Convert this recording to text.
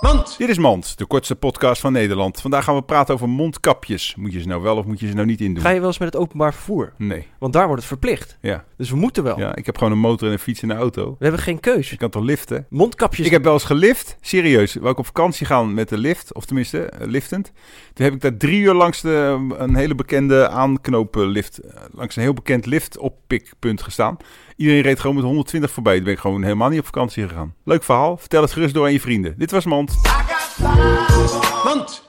Mand! Dit is Mand, de kortste podcast van Nederland. Vandaag gaan we praten over mondkapjes. Moet je ze nou wel of moet je ze nou niet Ga indoen? je wel eens met het openbaar vervoer? Nee. Want daar wordt het verplicht. Ja. Dus we moeten wel. ja, ik heb gewoon een motor en een fiets en een auto. We hebben geen keus. Je kan toch liften? Mondkapjes. Ik heb wel eens gelift, serieus. Wou ik op vakantie gaan met de lift, of tenminste eh, liftend. Toen heb ik daar drie uur langs de, eh, een hele bekende aanknopenlift, eh, langs een heel bekend liftoppikpunt gestaan. Iedereen reed gewoon met 120 voorbij. Toen ben ik gewoon helemaal niet op vakantie gegaan. Leuk verhaal, vertel het gerust door aan je vrienden. Dit was Mand. Mand!